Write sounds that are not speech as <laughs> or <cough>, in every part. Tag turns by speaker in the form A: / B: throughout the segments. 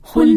A: 婚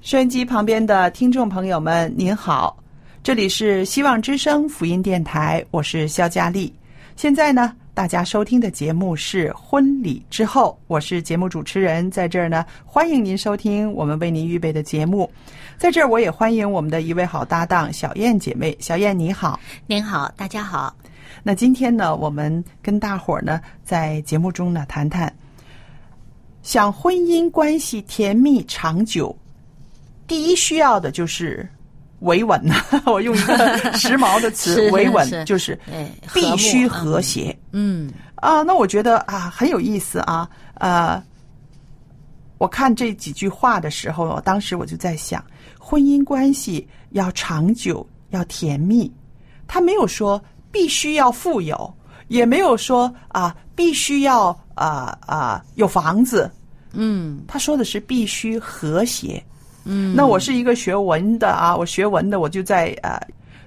B: 收音机旁边的听众朋友们，您好，这里是希望之声福音电台，我是肖佳丽。现在呢，大家收听的节目是《婚礼之后》，我是节目主持人，在这儿呢，欢迎您收听我们为您预备的节目。在这儿，我也欢迎我们的一位好搭档小燕姐妹，小燕你好。
A: 您好，大家好。
B: 那今天呢，我们跟大伙儿呢在节目中呢谈谈，想婚姻关系甜蜜长久，第一需要的就是维稳呐。 <laughs> 我用一个时髦的词
A: 是，
B: 维
A: 是
B: 稳就是
A: 哎，
B: 必须
A: 和睦
B: 和谐。
A: 嗯，
B: 啊，那我觉得啊很有意思啊，呃，我看这几句话的时候，当时我就在想，婚姻关系要长久，要甜蜜，他没有说必须要富有，也没有说啊必须要啊啊有房子，
A: 嗯
B: 他说的是必须和谐。嗯，那我是一个学文的啊，我学文的，我就在呃，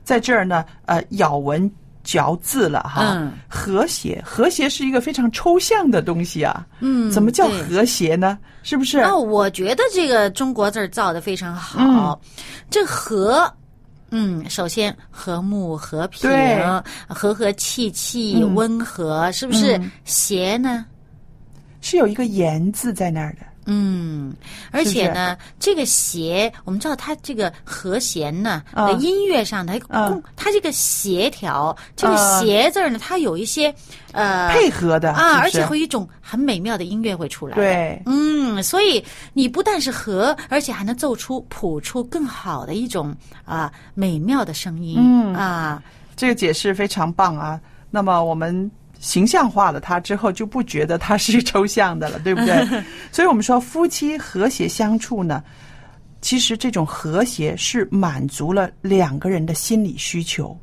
B: 在这儿呢，呃，咬文嚼字了哈。
A: 嗯
B: 和谐，和谐是一个非常抽象的东西啊。
C: 嗯，
B: 怎么叫
C: 对
B: 和谐呢？是不是？
C: 那我觉得这个中国字儿造的非常好，
B: 嗯
C: 这和。嗯，首先和睦、和平
B: 对、
C: 和和气气、
B: 嗯
C: 温和，是不是
B: 嗯？
C: 谐呢？
B: 是有一个言字在那儿的。
C: 嗯，而
B: 是不是
C: 且呢，这个谐，我们知道它这个和弦呢，
B: 啊
C: 在音乐上它
B: 啊
C: 共它这个协调，这个
B: 啊
C: 谐字儿呢，它有一些呃
B: 配合的
C: 啊，而
B: 是不是
C: 且会有一种很美妙的音乐会出来的。
B: 对
C: 嗯，所以你不但是和，而且还能奏出、谱出更好的一种啊美妙的声音。
B: 嗯
C: 啊，
B: 这个解释非常棒啊。那么我们形象化了它之后，就不觉得它是抽象的了，对不对？所以我们说夫妻和谐相处呢，其实这种和谐是满足了两个人的心理需求。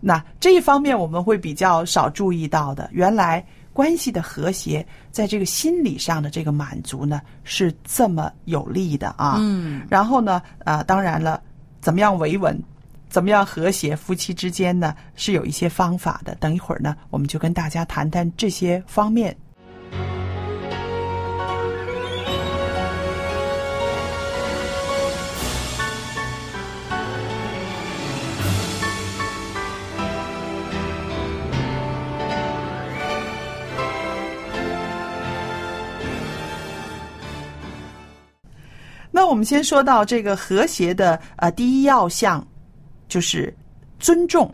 B: 那这一方面我们会比较少注意到的，原来关系的和谐在这个心理上的这个满足呢，是这么有利的啊。
C: 嗯，
B: 然后呢，啊，当然了，怎么样维稳，怎么样和谐，夫妻之间呢是有一些方法的。等一会儿呢，我们就跟大家谈谈这些方面。那我们先说到这个和谐的呃第一要项，就是尊重。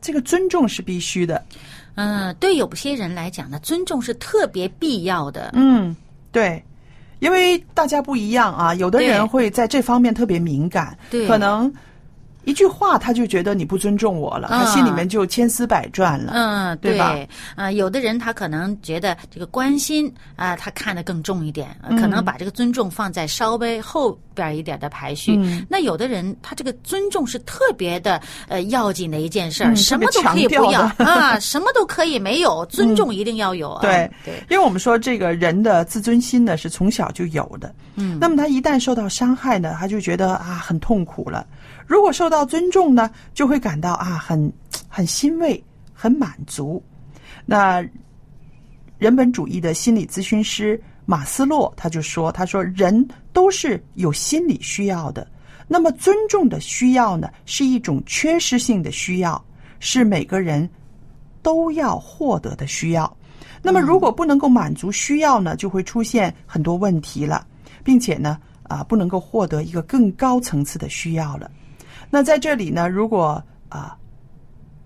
B: 这个尊重是必须的。
C: 嗯，对有些人来讲呢，尊重是特别必要的。
B: 嗯，对。因为大家不一样啊，有的
C: 对
B: 人会在这方面特别敏感，
C: 对
B: 可能一句话他就觉得你不尊重我了，他
C: 啊
B: 心里面就千丝百转了。
C: 嗯，
B: 对吧
C: 啊、有的人他可能觉得
B: 嗯
C: 这个关心啊、他看得更重一点、呃可能把这个尊重放在稍微后点一点的排序。
B: 嗯
C: 那有的人他这个尊重是特别的呃要紧的一件事儿，
B: 嗯
C: 什么
B: 特
C: 都
B: 别
C: 可以
B: 强
C: 不要
B: 调嗯
C: 啊，什么都可以没有，尊重一定要有啊。
B: 对
C: 对，
B: 因为我们说这个人的自尊心呢是从小就有的，嗯，那么他一旦受到伤害呢，他就觉得啊很痛苦了；如果受到尊重呢，就会感到啊很很欣慰、很满足。那人本主义的心理咨询师马斯洛他就说：“他说人都是有心理需要的，那么尊重的需要呢，是一种缺失性的需要，是每个人都要获得的需要。那
C: 嗯
B: 么如果不能够满足需要呢，就会出现很多问题了，并且呢，啊，不能够获得一个更高层次的需要了。那在这里呢，如果啊。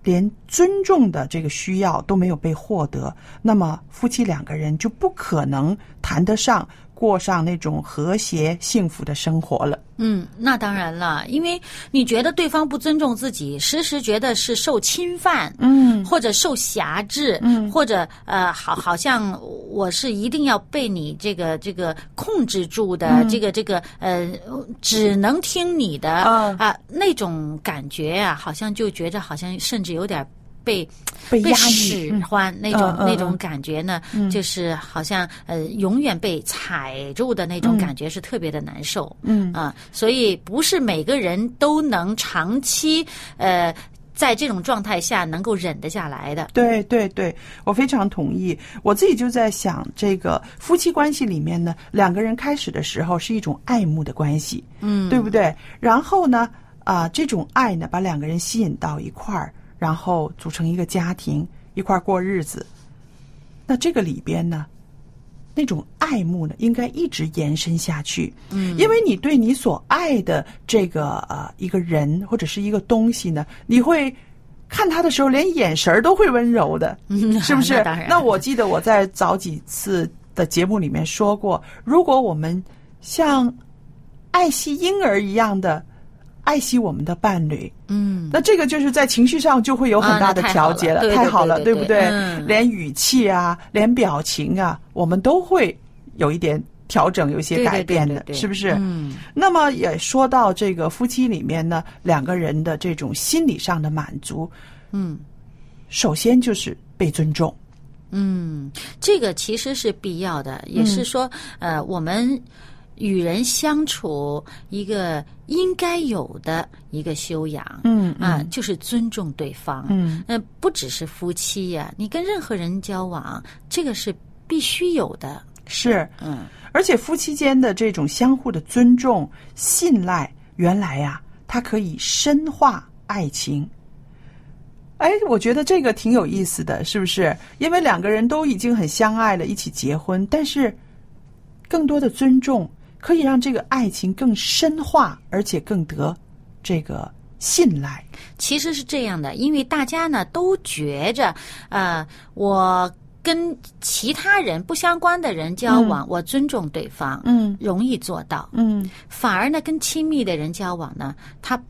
B: 连尊重的这个需要都没有被获得，那么夫妻两个人就不可能谈得上过上那种和谐幸福的生活了。
C: 嗯，那当然了，因为你觉得对方不尊重自己，时时觉得是受侵犯，嗯，或者受辖制，嗯，或者呃，好，好像我是一定要被你这个这个控制住的，这个这个呃，只能听你的啊、
B: 嗯
C: 那种感觉啊，好像就觉着好像甚至有点被。
B: 被
C: 被
B: 压抑
C: 使，唤那种、
B: 嗯嗯嗯
C: 那种感觉呢，就是好像呃永远被踩住的那
B: 嗯
C: 种感觉是特别的难受。嗯啊，所以不是每个人都能长期呃在这种状态下能够忍得下来的。
B: 对对对，我非常同意。我自己就在想，这个夫妻关系里面呢，两个人开始的时候是一种爱慕的关系，嗯，对不对？然后呢，啊、这种爱呢，把两个人吸引到一块儿，然后组成一个家庭，一块儿过日子。那这个里边呢，那种爱慕呢，应该一直延伸下去。嗯，因为你对你所爱的这个呃一个人或者是一个东西呢，你会看他的时候，连眼神儿都会温柔的，
C: 嗯
B: <laughs> 是不是？
C: 那当然
B: 我记得我在早几次的节目里面说过，如果我们像爱惜婴儿一样的爱惜我们的伴侣，
C: 嗯，
B: 那这个就是在情绪上就会有很大的调节
C: 啊那太
B: 太
C: 好
B: 好
C: 了
B: 了，
C: 对对
B: 不
C: 对对
B: 对
C: 嗯？
B: 连语气啊，连表情啊，我们都会有一点调整，有一些
C: 对对
B: 改变
C: 对
B: 的
C: 对，对
B: 是不是？
C: 嗯
B: 那么也说到这个夫妻里面呢，两个人的这种心理上的满足，
C: 嗯。
B: 首先就是被尊重。
C: 嗯，这个其实是必要的，也是
B: 嗯
C: 说，呃，我们与人相处一个应该有的一个修养，
B: 嗯
C: 啊，就是尊重对方，
B: 嗯，
C: 那、不只是夫妻呀、你跟任何人交往，这个是必须有的，
B: 是，
C: 嗯，
B: 而且夫妻间的这种相互的尊重、信赖，原来呀、它可以深化爱情。哎，我觉得这个挺有意思的，是不是？因为两个人都已经很相爱了，一起结婚，但是更多的尊重可以让这个爱情更深化，而且更得这个信赖。
C: 其实是这样的，因为大家呢都觉着，呃，我跟其他人不相关的人交往，我尊重对方，
B: 嗯
C: 容易做到，
B: 嗯
C: 反而呢，跟亲密的人交往呢，他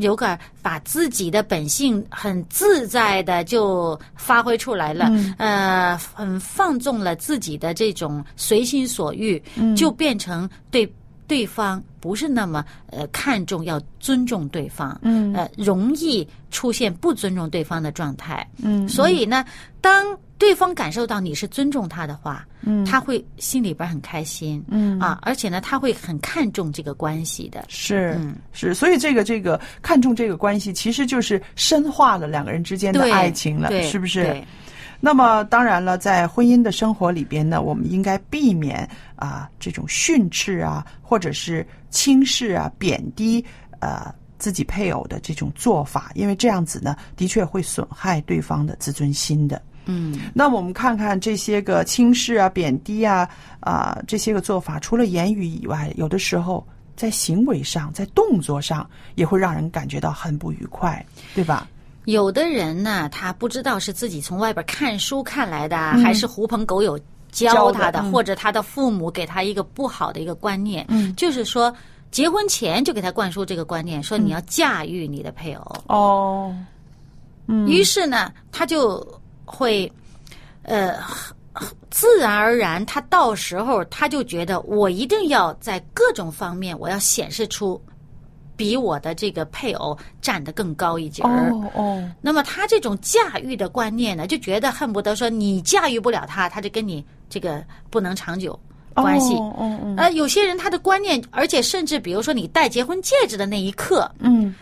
C: 有个把自己的本性很自在的就发挥出来了，
B: 嗯
C: 呃，很放纵了自己的这种随心所欲，
B: 嗯
C: 就变成对对方不是那么呃看重，要尊重对方，
B: 嗯
C: 呃，容易出现不尊重对方的状态。
B: 嗯
C: 所以呢，当对方感受到你是尊重他的话，嗯，他会心里边很开心，嗯啊，而且呢，他会很看重这个关系的。
B: 是、
C: 嗯
B: 是，所以这个这个看重这个关系，其实就是深化了两个人之间的
C: 对
B: 爱情了
C: 对，
B: 是不是？
C: 对
B: 那么当然了，在婚姻的生活里边呢，我们应该避免啊这种训斥啊，或者是轻视啊、贬低呃自己配偶的这种做法，因为这样子呢，的确会损害对方的自尊心的。
C: 嗯
B: 那我们看看这些个轻视啊、贬低啊、啊、这些个做法，除了言语以外，有的时候在行为上、在动作上也会让人感觉到很不愉快，对吧？
C: 有的人呢，他不知道是自己从外边看书看来的，还是狐朋狗友教
B: 嗯教的
C: 他的，
B: 嗯
C: 或者他的父母给他一个不好的一个观念，就是说结婚前就给他灌输这个观念，说
B: 嗯
C: 你要驾驭你的配偶。
B: 哦，
C: 于是呢，他就会，呃，自然而然，他到时候他就觉得我一定要在各种方面，我要显示出比我的这个配偶站得更高一截儿。
B: 哦哦，
C: 那么他这种驾驭的观念呢，就觉得恨不得说你驾驭不了他，他就跟你这个不能长久关系。
B: 哦哦哦，
C: 呃，有些人他的观念，而且甚至比如说你戴结婚戒指的那一刻，
B: 嗯，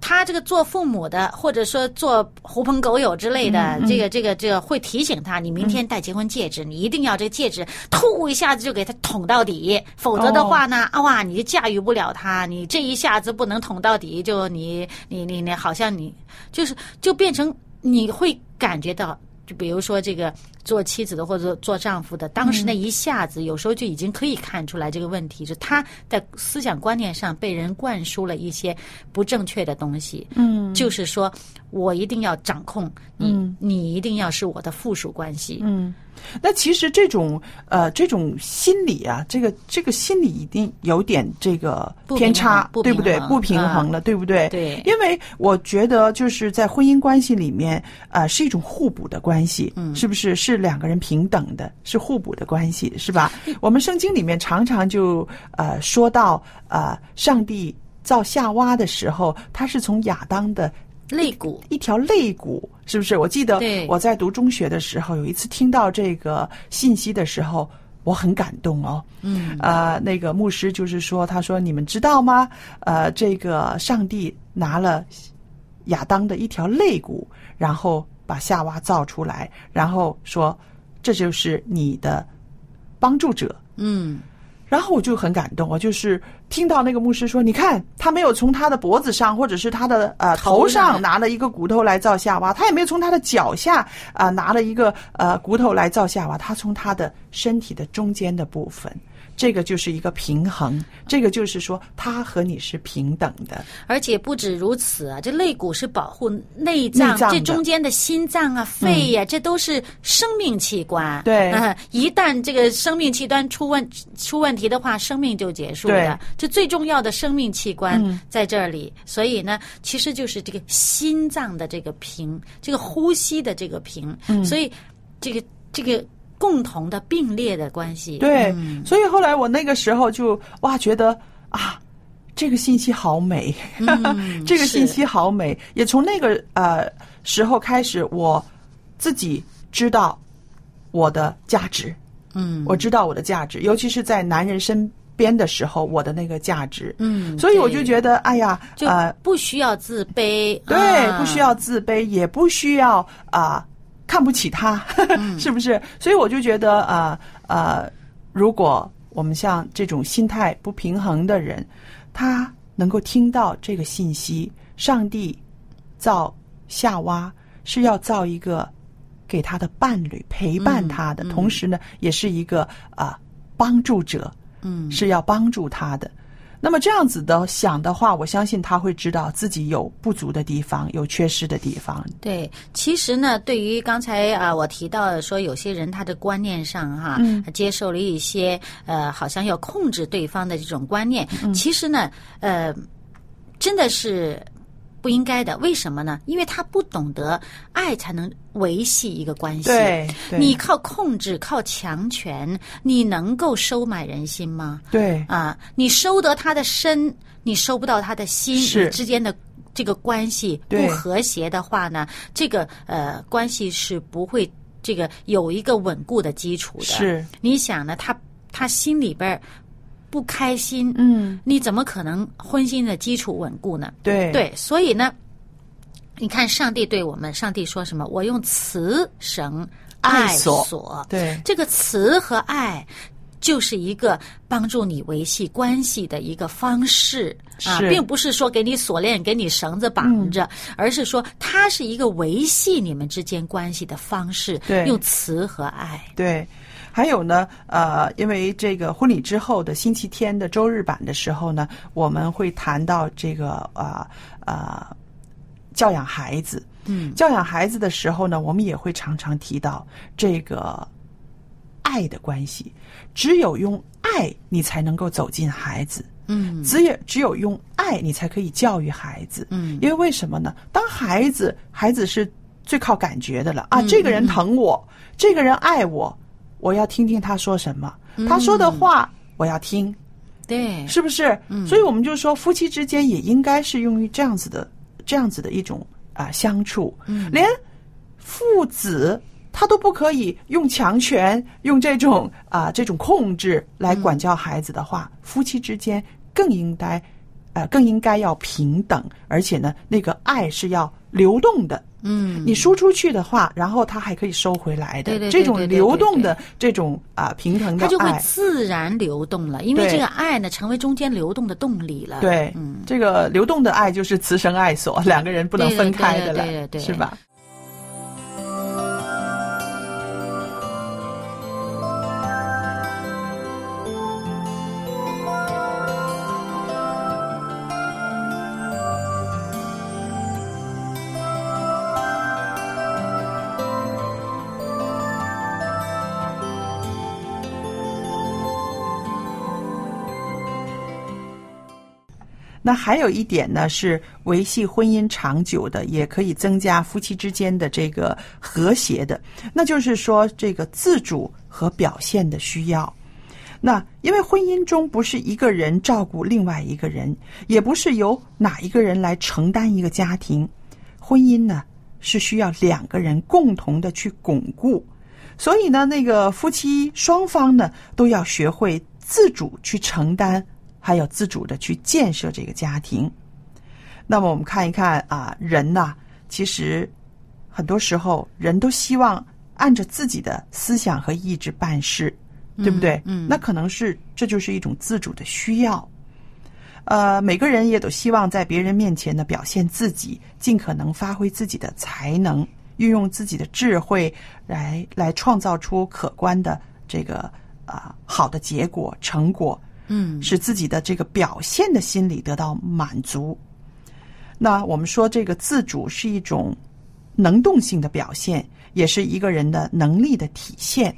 C: 他这个做父母的，或者说做狐朋狗友之类的，这个这个这个会提醒他，你明天戴结婚戒指，你一定要这戒指，突一下子就给他捅到底，否则的话呢，啊哇，你就驾驭不了他，你这一下子不能捅到底，就你你你你，好像你就是就变成你会感觉到。就比如说，这个做妻子的或者做丈夫的，当时那一下子，有时候就已经可以看出来这个问题，就他在思想观念上被人灌输了一些不正确的东西。嗯，就是说我一定要掌控你，你一定要是我的附属关系。嗯，
B: 那其实这种呃这种心理啊，这个这个心理一定有点这个
C: 不
B: 偏
C: 平
B: 差
C: 衡，不
B: 对不
C: 平
B: 对？
C: 衡嗯
B: 不平衡了，对不对？
C: 对
B: 因为我觉得就是在婚姻关系里面，啊，是一种互补的关系，嗯，是不是？是两个人平等的，是互补的关系，是吧？
C: 嗯
B: 我们圣经里面常常就呃说到呃，上帝造夏娃的时候，他是从亚当的
C: 肋骨
B: 一条肋骨，是不是？我记得
C: 对
B: 我在读中学的时候，有一次听到这个信息的时候，我很感动哦。嗯，呃，那个牧师就是说，他说：“你们知道吗？呃，这个上帝拿了亚当的一条肋骨，然后把夏娃造出来，然后说这就是你的帮助者。”
C: 嗯，
B: 然后我就很感动，我就是听到那个牧师说：“你看，他没有从他的脖子上，或者是他的呃头
C: 头上
B: 上拿了一个骨头来造夏娃，他也没有从他的脚下啊、呃拿了一个呃骨头来造夏娃，他从他的身体的中间的部分，这个就是一个平衡，这个就是说他和你是平等的。
C: 而且不止如此啊，这肋骨是保护内脏，
B: 内脏的嗯
C: 这中间的心脏啊、肺呀、这都是生命器官。
B: 对
C: 嗯一旦这个生命器官出问出问题的话，生命就结束
B: 对嗯
C: 了。这最重要的生命器官在这里，所以呢，其实就是这个心脏的这个屏，这个呼吸的这个屏，
B: 嗯
C: 所以这个这个共同的并列的关系。
B: 对，
C: 嗯
B: 所以后来我那个时候就哇，觉得啊，这个信息好美，
C: 嗯
B: <laughs> 这个信
C: 是
B: 息好美。也从那个呃时候开始，我自己知道我的价值，
C: 嗯，
B: 我知道我的价值，尤其是在男人身边的时候，我的那个价值。
C: 嗯，
B: 所以我就
C: 对
B: 觉得，哎呀，
C: 就
B: 呃，
C: 不需要自卑，
B: 对，
C: 啊
B: 不需要自卑，也不需要啊、看不起他， <laughs> 是不是？所以我就觉得啊呃如果我们像这种心态不平衡的人，他能够听到这个信息，上帝造夏娃是要造一个给他的伴侣陪伴他的，同时呢，也是一个啊、帮助者，
C: 嗯，
B: 是要帮助他的。那么这样子的想的话，我相信他会知道自己有不足的地方，有缺失的地方。
C: 对，其实呢，对于刚才啊、我提到的说，有些人他的观念上哈、
B: 嗯
C: 接受了一些呃，好像要控制对方的这种观念，
B: 嗯
C: 其实呢，呃，真的是不应该的。为什么呢？因为他不懂得爱才能维系一个关系。
B: 对，对
C: 你靠控制、靠强权，你能够收买人心吗？
B: 对
C: 啊，你收得他的身，你收不到他的心，
B: 是
C: 你之间的这个关系
B: 对
C: 不和谐的话呢，这个呃关系是不会这个有一个稳固的基础的。，
B: 是，
C: 你想呢？他他心里边儿不开心，
B: 嗯，
C: 你怎么可能婚姻的基础稳固呢？
B: 对
C: 对，所以呢，你看上帝对我们，上帝说什么？我用慈绳
B: 爱
C: 爱
B: 索
C: 索
B: 对
C: 这个慈和爱。就是一个帮助你维系关系的一个方式啊，
B: 是嗯
C: 并不是说给你锁链、给你绳子绑着，而是说它是一个维系你们之间关系的方式，
B: 对
C: 用慈和爱。
B: 对。还有呢，呃，因为这个婚礼之后的星期天的周日版的时候呢，我们会谈到这个啊啊、呃教养孩子。
C: 嗯，
B: 教养孩子的时候呢，我们也会常常提到这个爱的关系。只有用爱，你才能够走进孩子。
C: 嗯
B: 只有只有用爱，你才可以教育孩子。
C: 嗯
B: 因为为什么呢？当孩子孩子是最靠感觉的了
C: 嗯
B: 啊！这个人疼我，这个人爱我，我要听听他说什么，
C: 嗯
B: 他说的话我要听，
C: 对，
B: 是不是？
C: 嗯
B: 所以我们就说，夫妻之间也应该是用于这样子的、这样子的一种啊相处，
C: 嗯
B: 连父子。他都不可以用强权、用这种啊、这种控制来管教孩子的
C: 嗯
B: 话，夫妻之间更应该，呃，更应该要平等，而且呢，那个爱是要流动的。
C: 嗯，
B: 你输出去的话，然后他还可以收回来的。
C: 对对对
B: 这种流动的这种啊、平衡的
C: 它
B: 爱，
C: 就会自然流动了，因为
B: 对
C: 这个爱呢，成为中间流动的动力了。
B: 对、
C: 嗯。
B: 这个流动的爱就是慈生爱所，两个人不能
C: 对的
B: 分开的了，
C: 对的对的对的
B: 是吧？那还有一点呢，是维系婚姻长久的，也可以增加夫妻之间的这个和谐的，那就是说这个自主和表现的需要。那因为婚姻中不是一个人照顾另外一个人，也不是由哪一个人来承担一个家庭，婚姻呢是需要两个人共同的去巩固。所以呢，那个夫妻双方呢都要学会自主去承担，还有自主的去建设这个家庭。那么我们看一看啊，人呐、其实很多时候人都希望按着自己的思想和意志办事，对不对？
C: 嗯
B: 那可能是这就是一种自主的需要。呃，每个人也都希望在别人面前呢表现自己，尽可能发挥自己的才能，运用自己的智慧来来创造出可观的这个啊、好的结果成果，
C: 嗯，
B: 使自己的这个表现的心理得到满足。那我们说，这个自主是一种能动性的表现，也是一个人的能力的体现。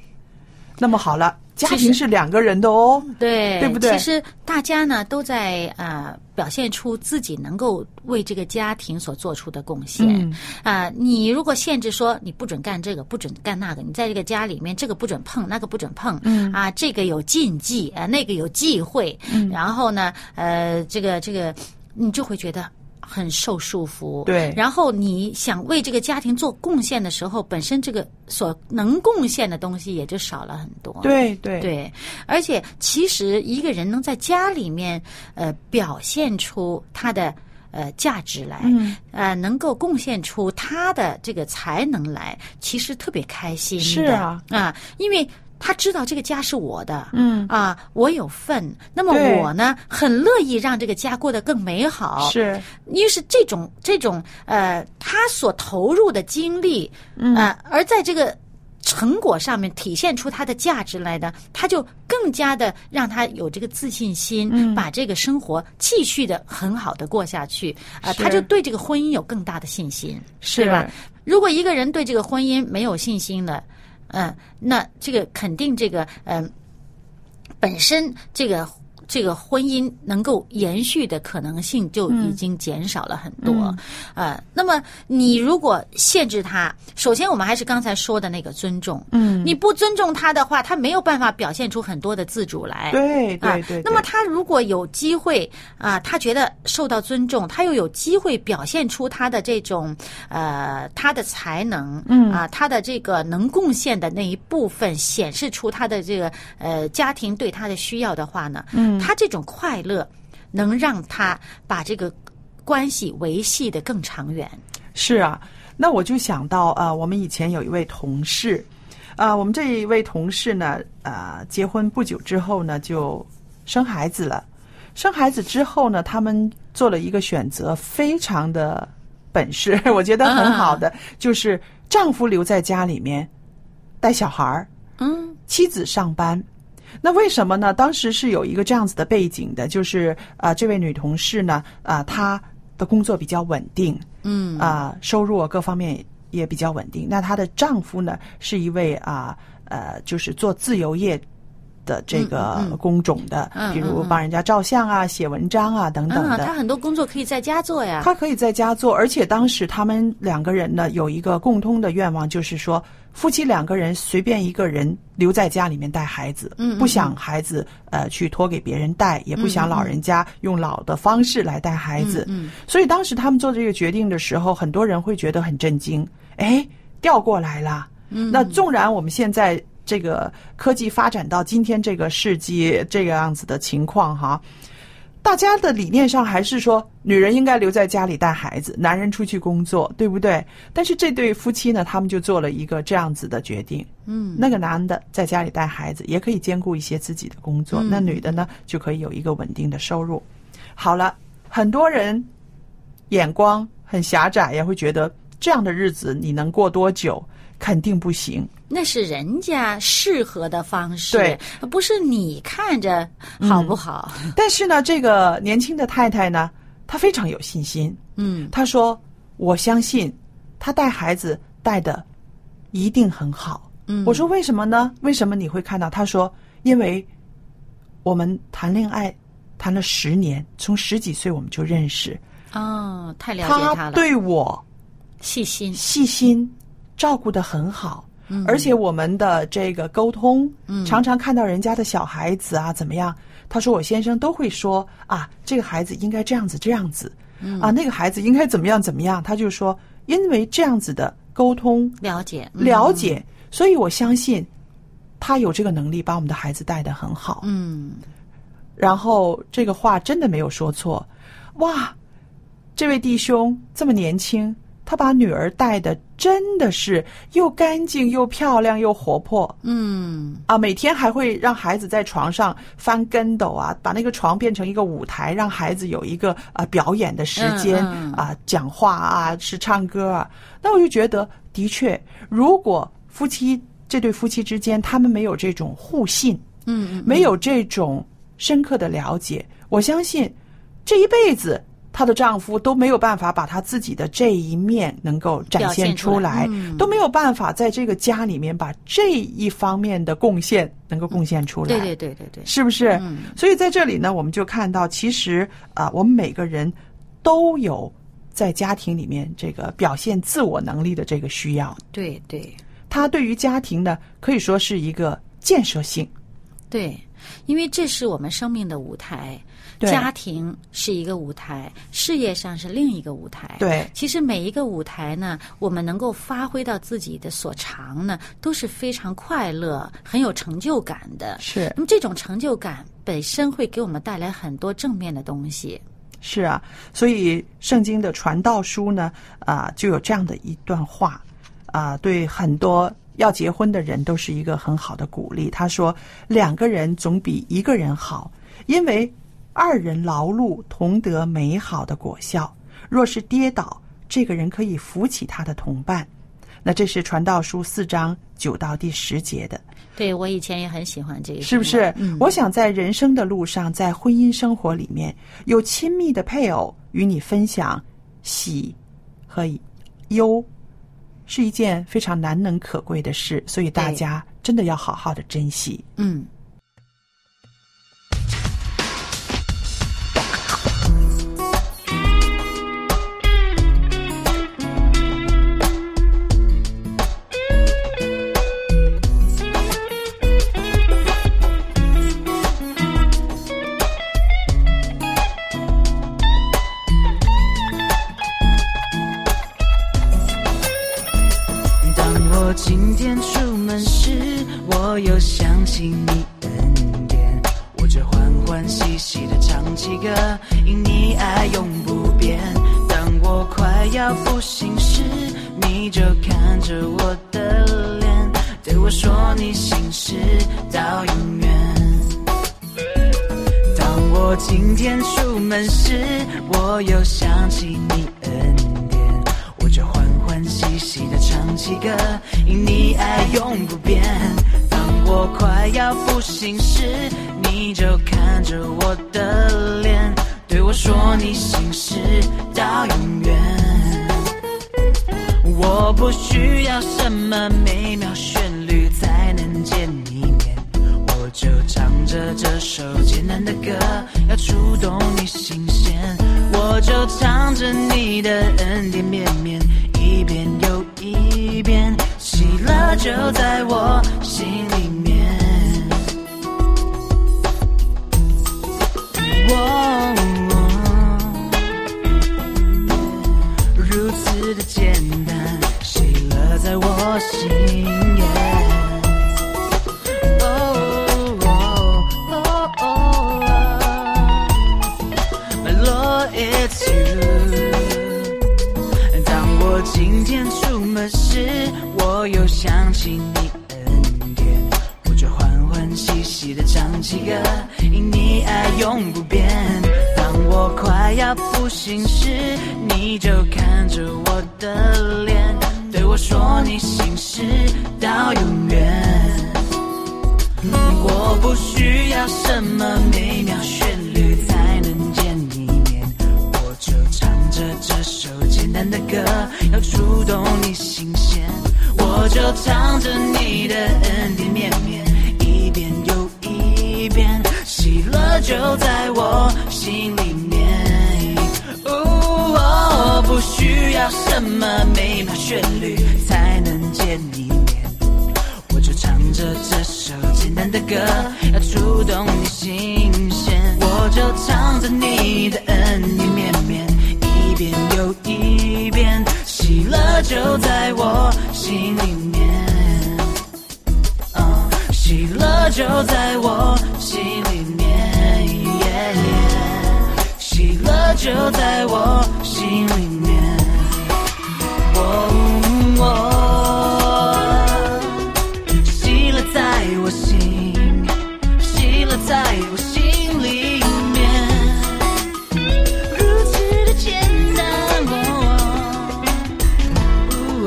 B: 那么好了，家
C: 其实
B: 庭是两个人的哦，
C: 对，
B: 对不对
C: 其实大家呢都在呃表现出自己能够为这个家庭所做出的贡献。
B: 嗯
C: 啊、你如果限制说你不准干这个，不准干那个，你在这个家里面这个不准碰，那个不准碰，嗯啊，这个有禁忌啊、那个有忌讳，嗯，然后呢，呃，这个这个，你就会觉得。很受束缚，
B: 对
C: 然后你想为这个家庭做贡献的时候，本身这个所能贡献的东西也就少了很多。
B: 对对
C: 对，而且其实一个人能在家里面呃表现出他的呃价值来，
B: 嗯
C: 呃能够贡献出他的这个才能来，其实特别开心的。
B: 是啊
C: 啊，因为他知道这个家是我的，
B: 嗯
C: 啊，我有份，那么
B: 对
C: 我呢很乐意让这个家过得更美好。
B: 是
C: 于是这种这种呃，他所投入的精力，呃，而在这个成果上面体现出他的价值来的，他就更加的让他有这个自信心，把这个生活继续的很好的过下去啊、
B: 是
C: 他就对这个婚姻有更大的信心，
B: 是
C: 对吧？如果一个人对这个婚姻没有信心了，嗯、那这个肯定这个嗯、本身这个这个婚姻能够延续的可能性就已经减少了很多，呃，那么你如果限制他，首先我们还是刚才说的那个尊重，嗯，你不尊重他的话，他没有办法表现出很多的自主来，
B: 对
C: 啊
B: 对对。
C: 那么
B: 对
C: 他如果有机会啊，他觉得受到尊重，他又有机会表现出他的这种呃他的才能，嗯啊，他的这个能贡献的那一部分，显示出他的这个呃家庭对他的需要的话呢，嗯，他这种快乐能让他把这个关系维系的更长远。
B: 是啊，那我就想到啊、呃我们以前有一位同事，啊、我们这一位同事呢，啊、结婚不久之后呢，就生孩子了。生孩子之后呢，他们做了一个选择，非常的本事， <laughs> 我觉得很好的，就是丈夫留在家里面带小孩儿，
C: 嗯
B: 妻子上班。那为什么呢？当时是有一个这样子的背景的，就是啊、这位女同事呢，啊、她的工作比较稳定，
C: 嗯
B: 啊、收入啊各方面也比较稳定。那她的丈夫呢，是一位啊呃就是做自由业的这个工种的，
C: 嗯嗯
B: 比如帮人家照相啊、写文章啊等等
C: 啊，
B: 的。
C: 他很多工作可以在家做呀。
B: 他可以在家做，而且当时他们两个人呢有一个共通的愿望，就是说夫妻两个人随便一个人留在家里面带孩子，
C: 嗯嗯
B: 不想孩子呃去托给别人带，也不想老人家用老的方式来带孩子。
C: 嗯
B: 所以当时他们做这个决定的时候，很多人会觉得很震惊，哎，调过来啦。
C: 嗯
B: 那纵然我们现在这个科技发展到今天这个世纪这个样子的情况哈，大家的理念上还是说，女人应该留在家里带孩子，男人出去工作，对不对？但是这对夫妻呢，他们就做了一个这样子的决定。
C: 嗯
B: 那个男的在家里带孩子，也可以兼顾一些自己的工作；
C: 嗯
B: 那女的呢，就可以有一个稳定的收入。好了，很多人眼光很狭窄，也会觉得这样的日子你能过多久？肯定不行。
C: 那是人家适合的方式，
B: 对，嗯
C: 不是你看着好不好？
B: 但是呢，这个年轻的太太呢，她非常有信心。
C: 嗯
B: 她说：“我相信她带孩子带的一定很好。”
C: 嗯，
B: 我说为什么呢？为什么你会看到？他说，因为我们谈恋爱谈了十年，从十几岁我们就认识，
C: 哦，太了解他了，
B: 对我
C: 细心，
B: 细心照顾的很好。
C: 嗯
B: 而且我们的这个沟通，
C: 嗯
B: 常常看到人家的小孩子啊怎么样？他说我先生都会说啊，这个孩子应该这样子这样子，
C: 嗯
B: 啊，那个孩子应该怎么样怎么样？他就说，因为这样子的沟通
C: 了解嗯
B: 了，解，所以我相信他有这个能力把我们的孩子带得很好。
C: 嗯
B: 然后这个话真的没有说错，哇，这位弟兄这么年轻，他把女儿带的真的是又干净又漂亮又活泼。
C: 嗯
B: 啊，每天还会让孩子在床上翻跟斗啊，把那个床变成一个舞台，让孩子有一个啊、表演的时间啊、
C: 嗯嗯
B: 讲话啊，是唱歌啊。那我就觉得，的确，如果夫妻这对夫妻之间他们没有这种互信，
C: 嗯嗯，
B: 没有这种深刻的了解，我相信这一辈子她的丈夫都没有办法把她自己的这一面能够展现出来，
C: 表现出来嗯
B: 都没有办法在这个家里面把这一方面的贡献能够贡献出来，
C: 嗯对对对对对，
B: 是不是？
C: 嗯
B: 所以在这里呢，我们就看到，其实啊、我们每个人都有在家庭里面这个表现自我能力的这个需要，
C: 对对
B: 它对于家庭呢，可以说是一个建设性。
C: 对，因为这是我们生命的舞台，
B: 对
C: 家庭是一个舞台，事业上是另一个舞台，。
B: 对，
C: 其实每一个舞台呢，我们能够发挥到自己的所长呢，都是非常快乐、很有成就感的。
B: 是
C: 那么这种成就感本身会给我们带来很多正面的东西。
B: 是啊，所以圣经的传道书呢，啊、就有这样的一段话，啊、对很多要结婚的人都是一个很好的鼓励。他说，两个人总比一个人好，因为二人劳碌同得美好的果效。若是跌倒，这个人可以扶起他的同伴。那这是传道书四章九到第十节的。
C: 对我以前也很喜欢这个，
B: 是不是？
C: 嗯，
B: 我想在人生的路上，在婚姻生活里面，有亲密的配偶与你分享喜和忧，是一件非常难能可贵的事，所以大
C: 对
B: 家真的要好好的珍惜。
C: 嗯。
D: 当我今天出门时，我又想起你恩典，我这欢欢喜喜的唱起歌，因你爱永不变。当我快要不行时，你就看着我的脸，对我说你心事到永远。当我今天出门时，我又想起你恩典，我就欢欢喜喜的唱起歌，因你爱永不变。当我快要不行时，你就看着我的脸，对我说你心事到永远。我不需要什么美妙旋律才能见你面，我就唱首艰难的歌，要触动你心弦，我就唱着你的恩典绵绵，一遍又一遍，喜乐就在我心里面。哦如此的简单，喜乐在我心耶。哦哦哦哦，My Lord, it's you。当我今天出门时，我又想起你恩典，我就欢欢喜喜的唱起歌，因你爱永不变。当我快要不行时，你就看着我的脸，对我说你心事到永远。我不需要什么美妙旋律才能见一面，我就唱着这首简单的歌，要触动你心弦。我就唱着你的恩典绵绵，一遍又一遍，喜乐就在我心里面。哦，不需要什么美妙旋律才能见一面。我就唱着这首简单的歌，要触动你心弦。我就唱着你的恩典绵绵，一遍又一遍，喜乐就在我心里面。啊，喜乐就在我心里面，哦喜乐就在我心里面。哦哦喜乐在我心，喜乐在我心里面，如此的简单。哦哦哦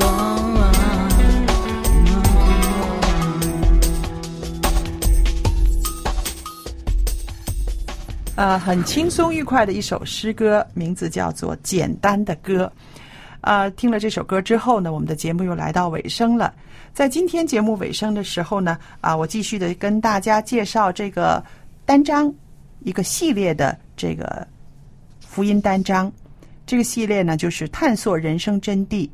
B: 呃，很轻松愉快的一首诗歌，名字叫做《简单的歌》。啊、听了这首歌之后呢，我们的节目又来到尾声了。在今天节目尾声的时候呢，啊、我继续的跟大家介绍这个单章，一个系列的这个福音单章。这个系列呢，就是探索人生真谛。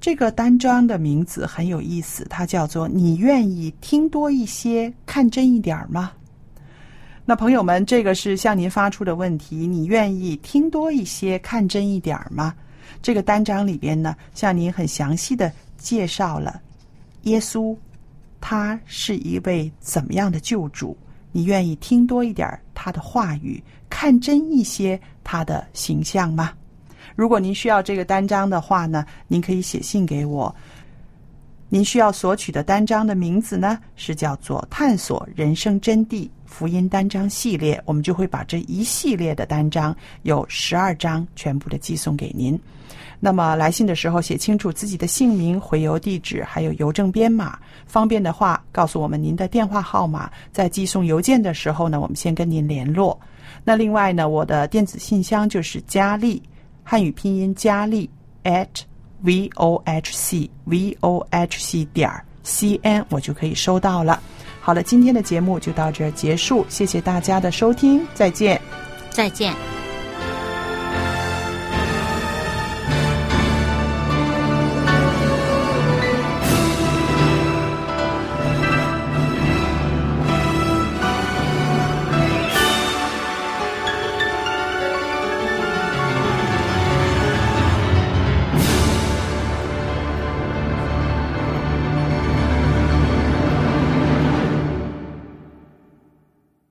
B: 这个单章的名字很有意思，它叫做“你愿意听多一些，看真一点儿吗？”那朋友们，这个是向您发出的问题，你愿意听多一些、看真一点儿吗？这个单章里边呢，向您很详细的介绍了耶稣，他是一位怎么样的救主？你愿意听多一点儿他的话语，看真一些他的形象吗？如果您需要这个单章的话呢，您可以写信给我。您需要索取的单章的名字呢是叫做《探索人生真谛福音单章系列》，我们就会把这一系列的单章有十二章全部的寄送给您。那么来信的时候写清楚自己的姓名、回邮地址，还有邮政编码。方便的话，告诉我们您的电话号码，在寄送邮件的时候呢，我们先跟您联络。那另外呢，我的电子信箱就是佳丽，汉语拼音佳丽 at v o h c v o h c 点 c n，我就可以收到了。好了，今天的节目就到这儿结束，谢谢大家的收听，再见。
C: 再见。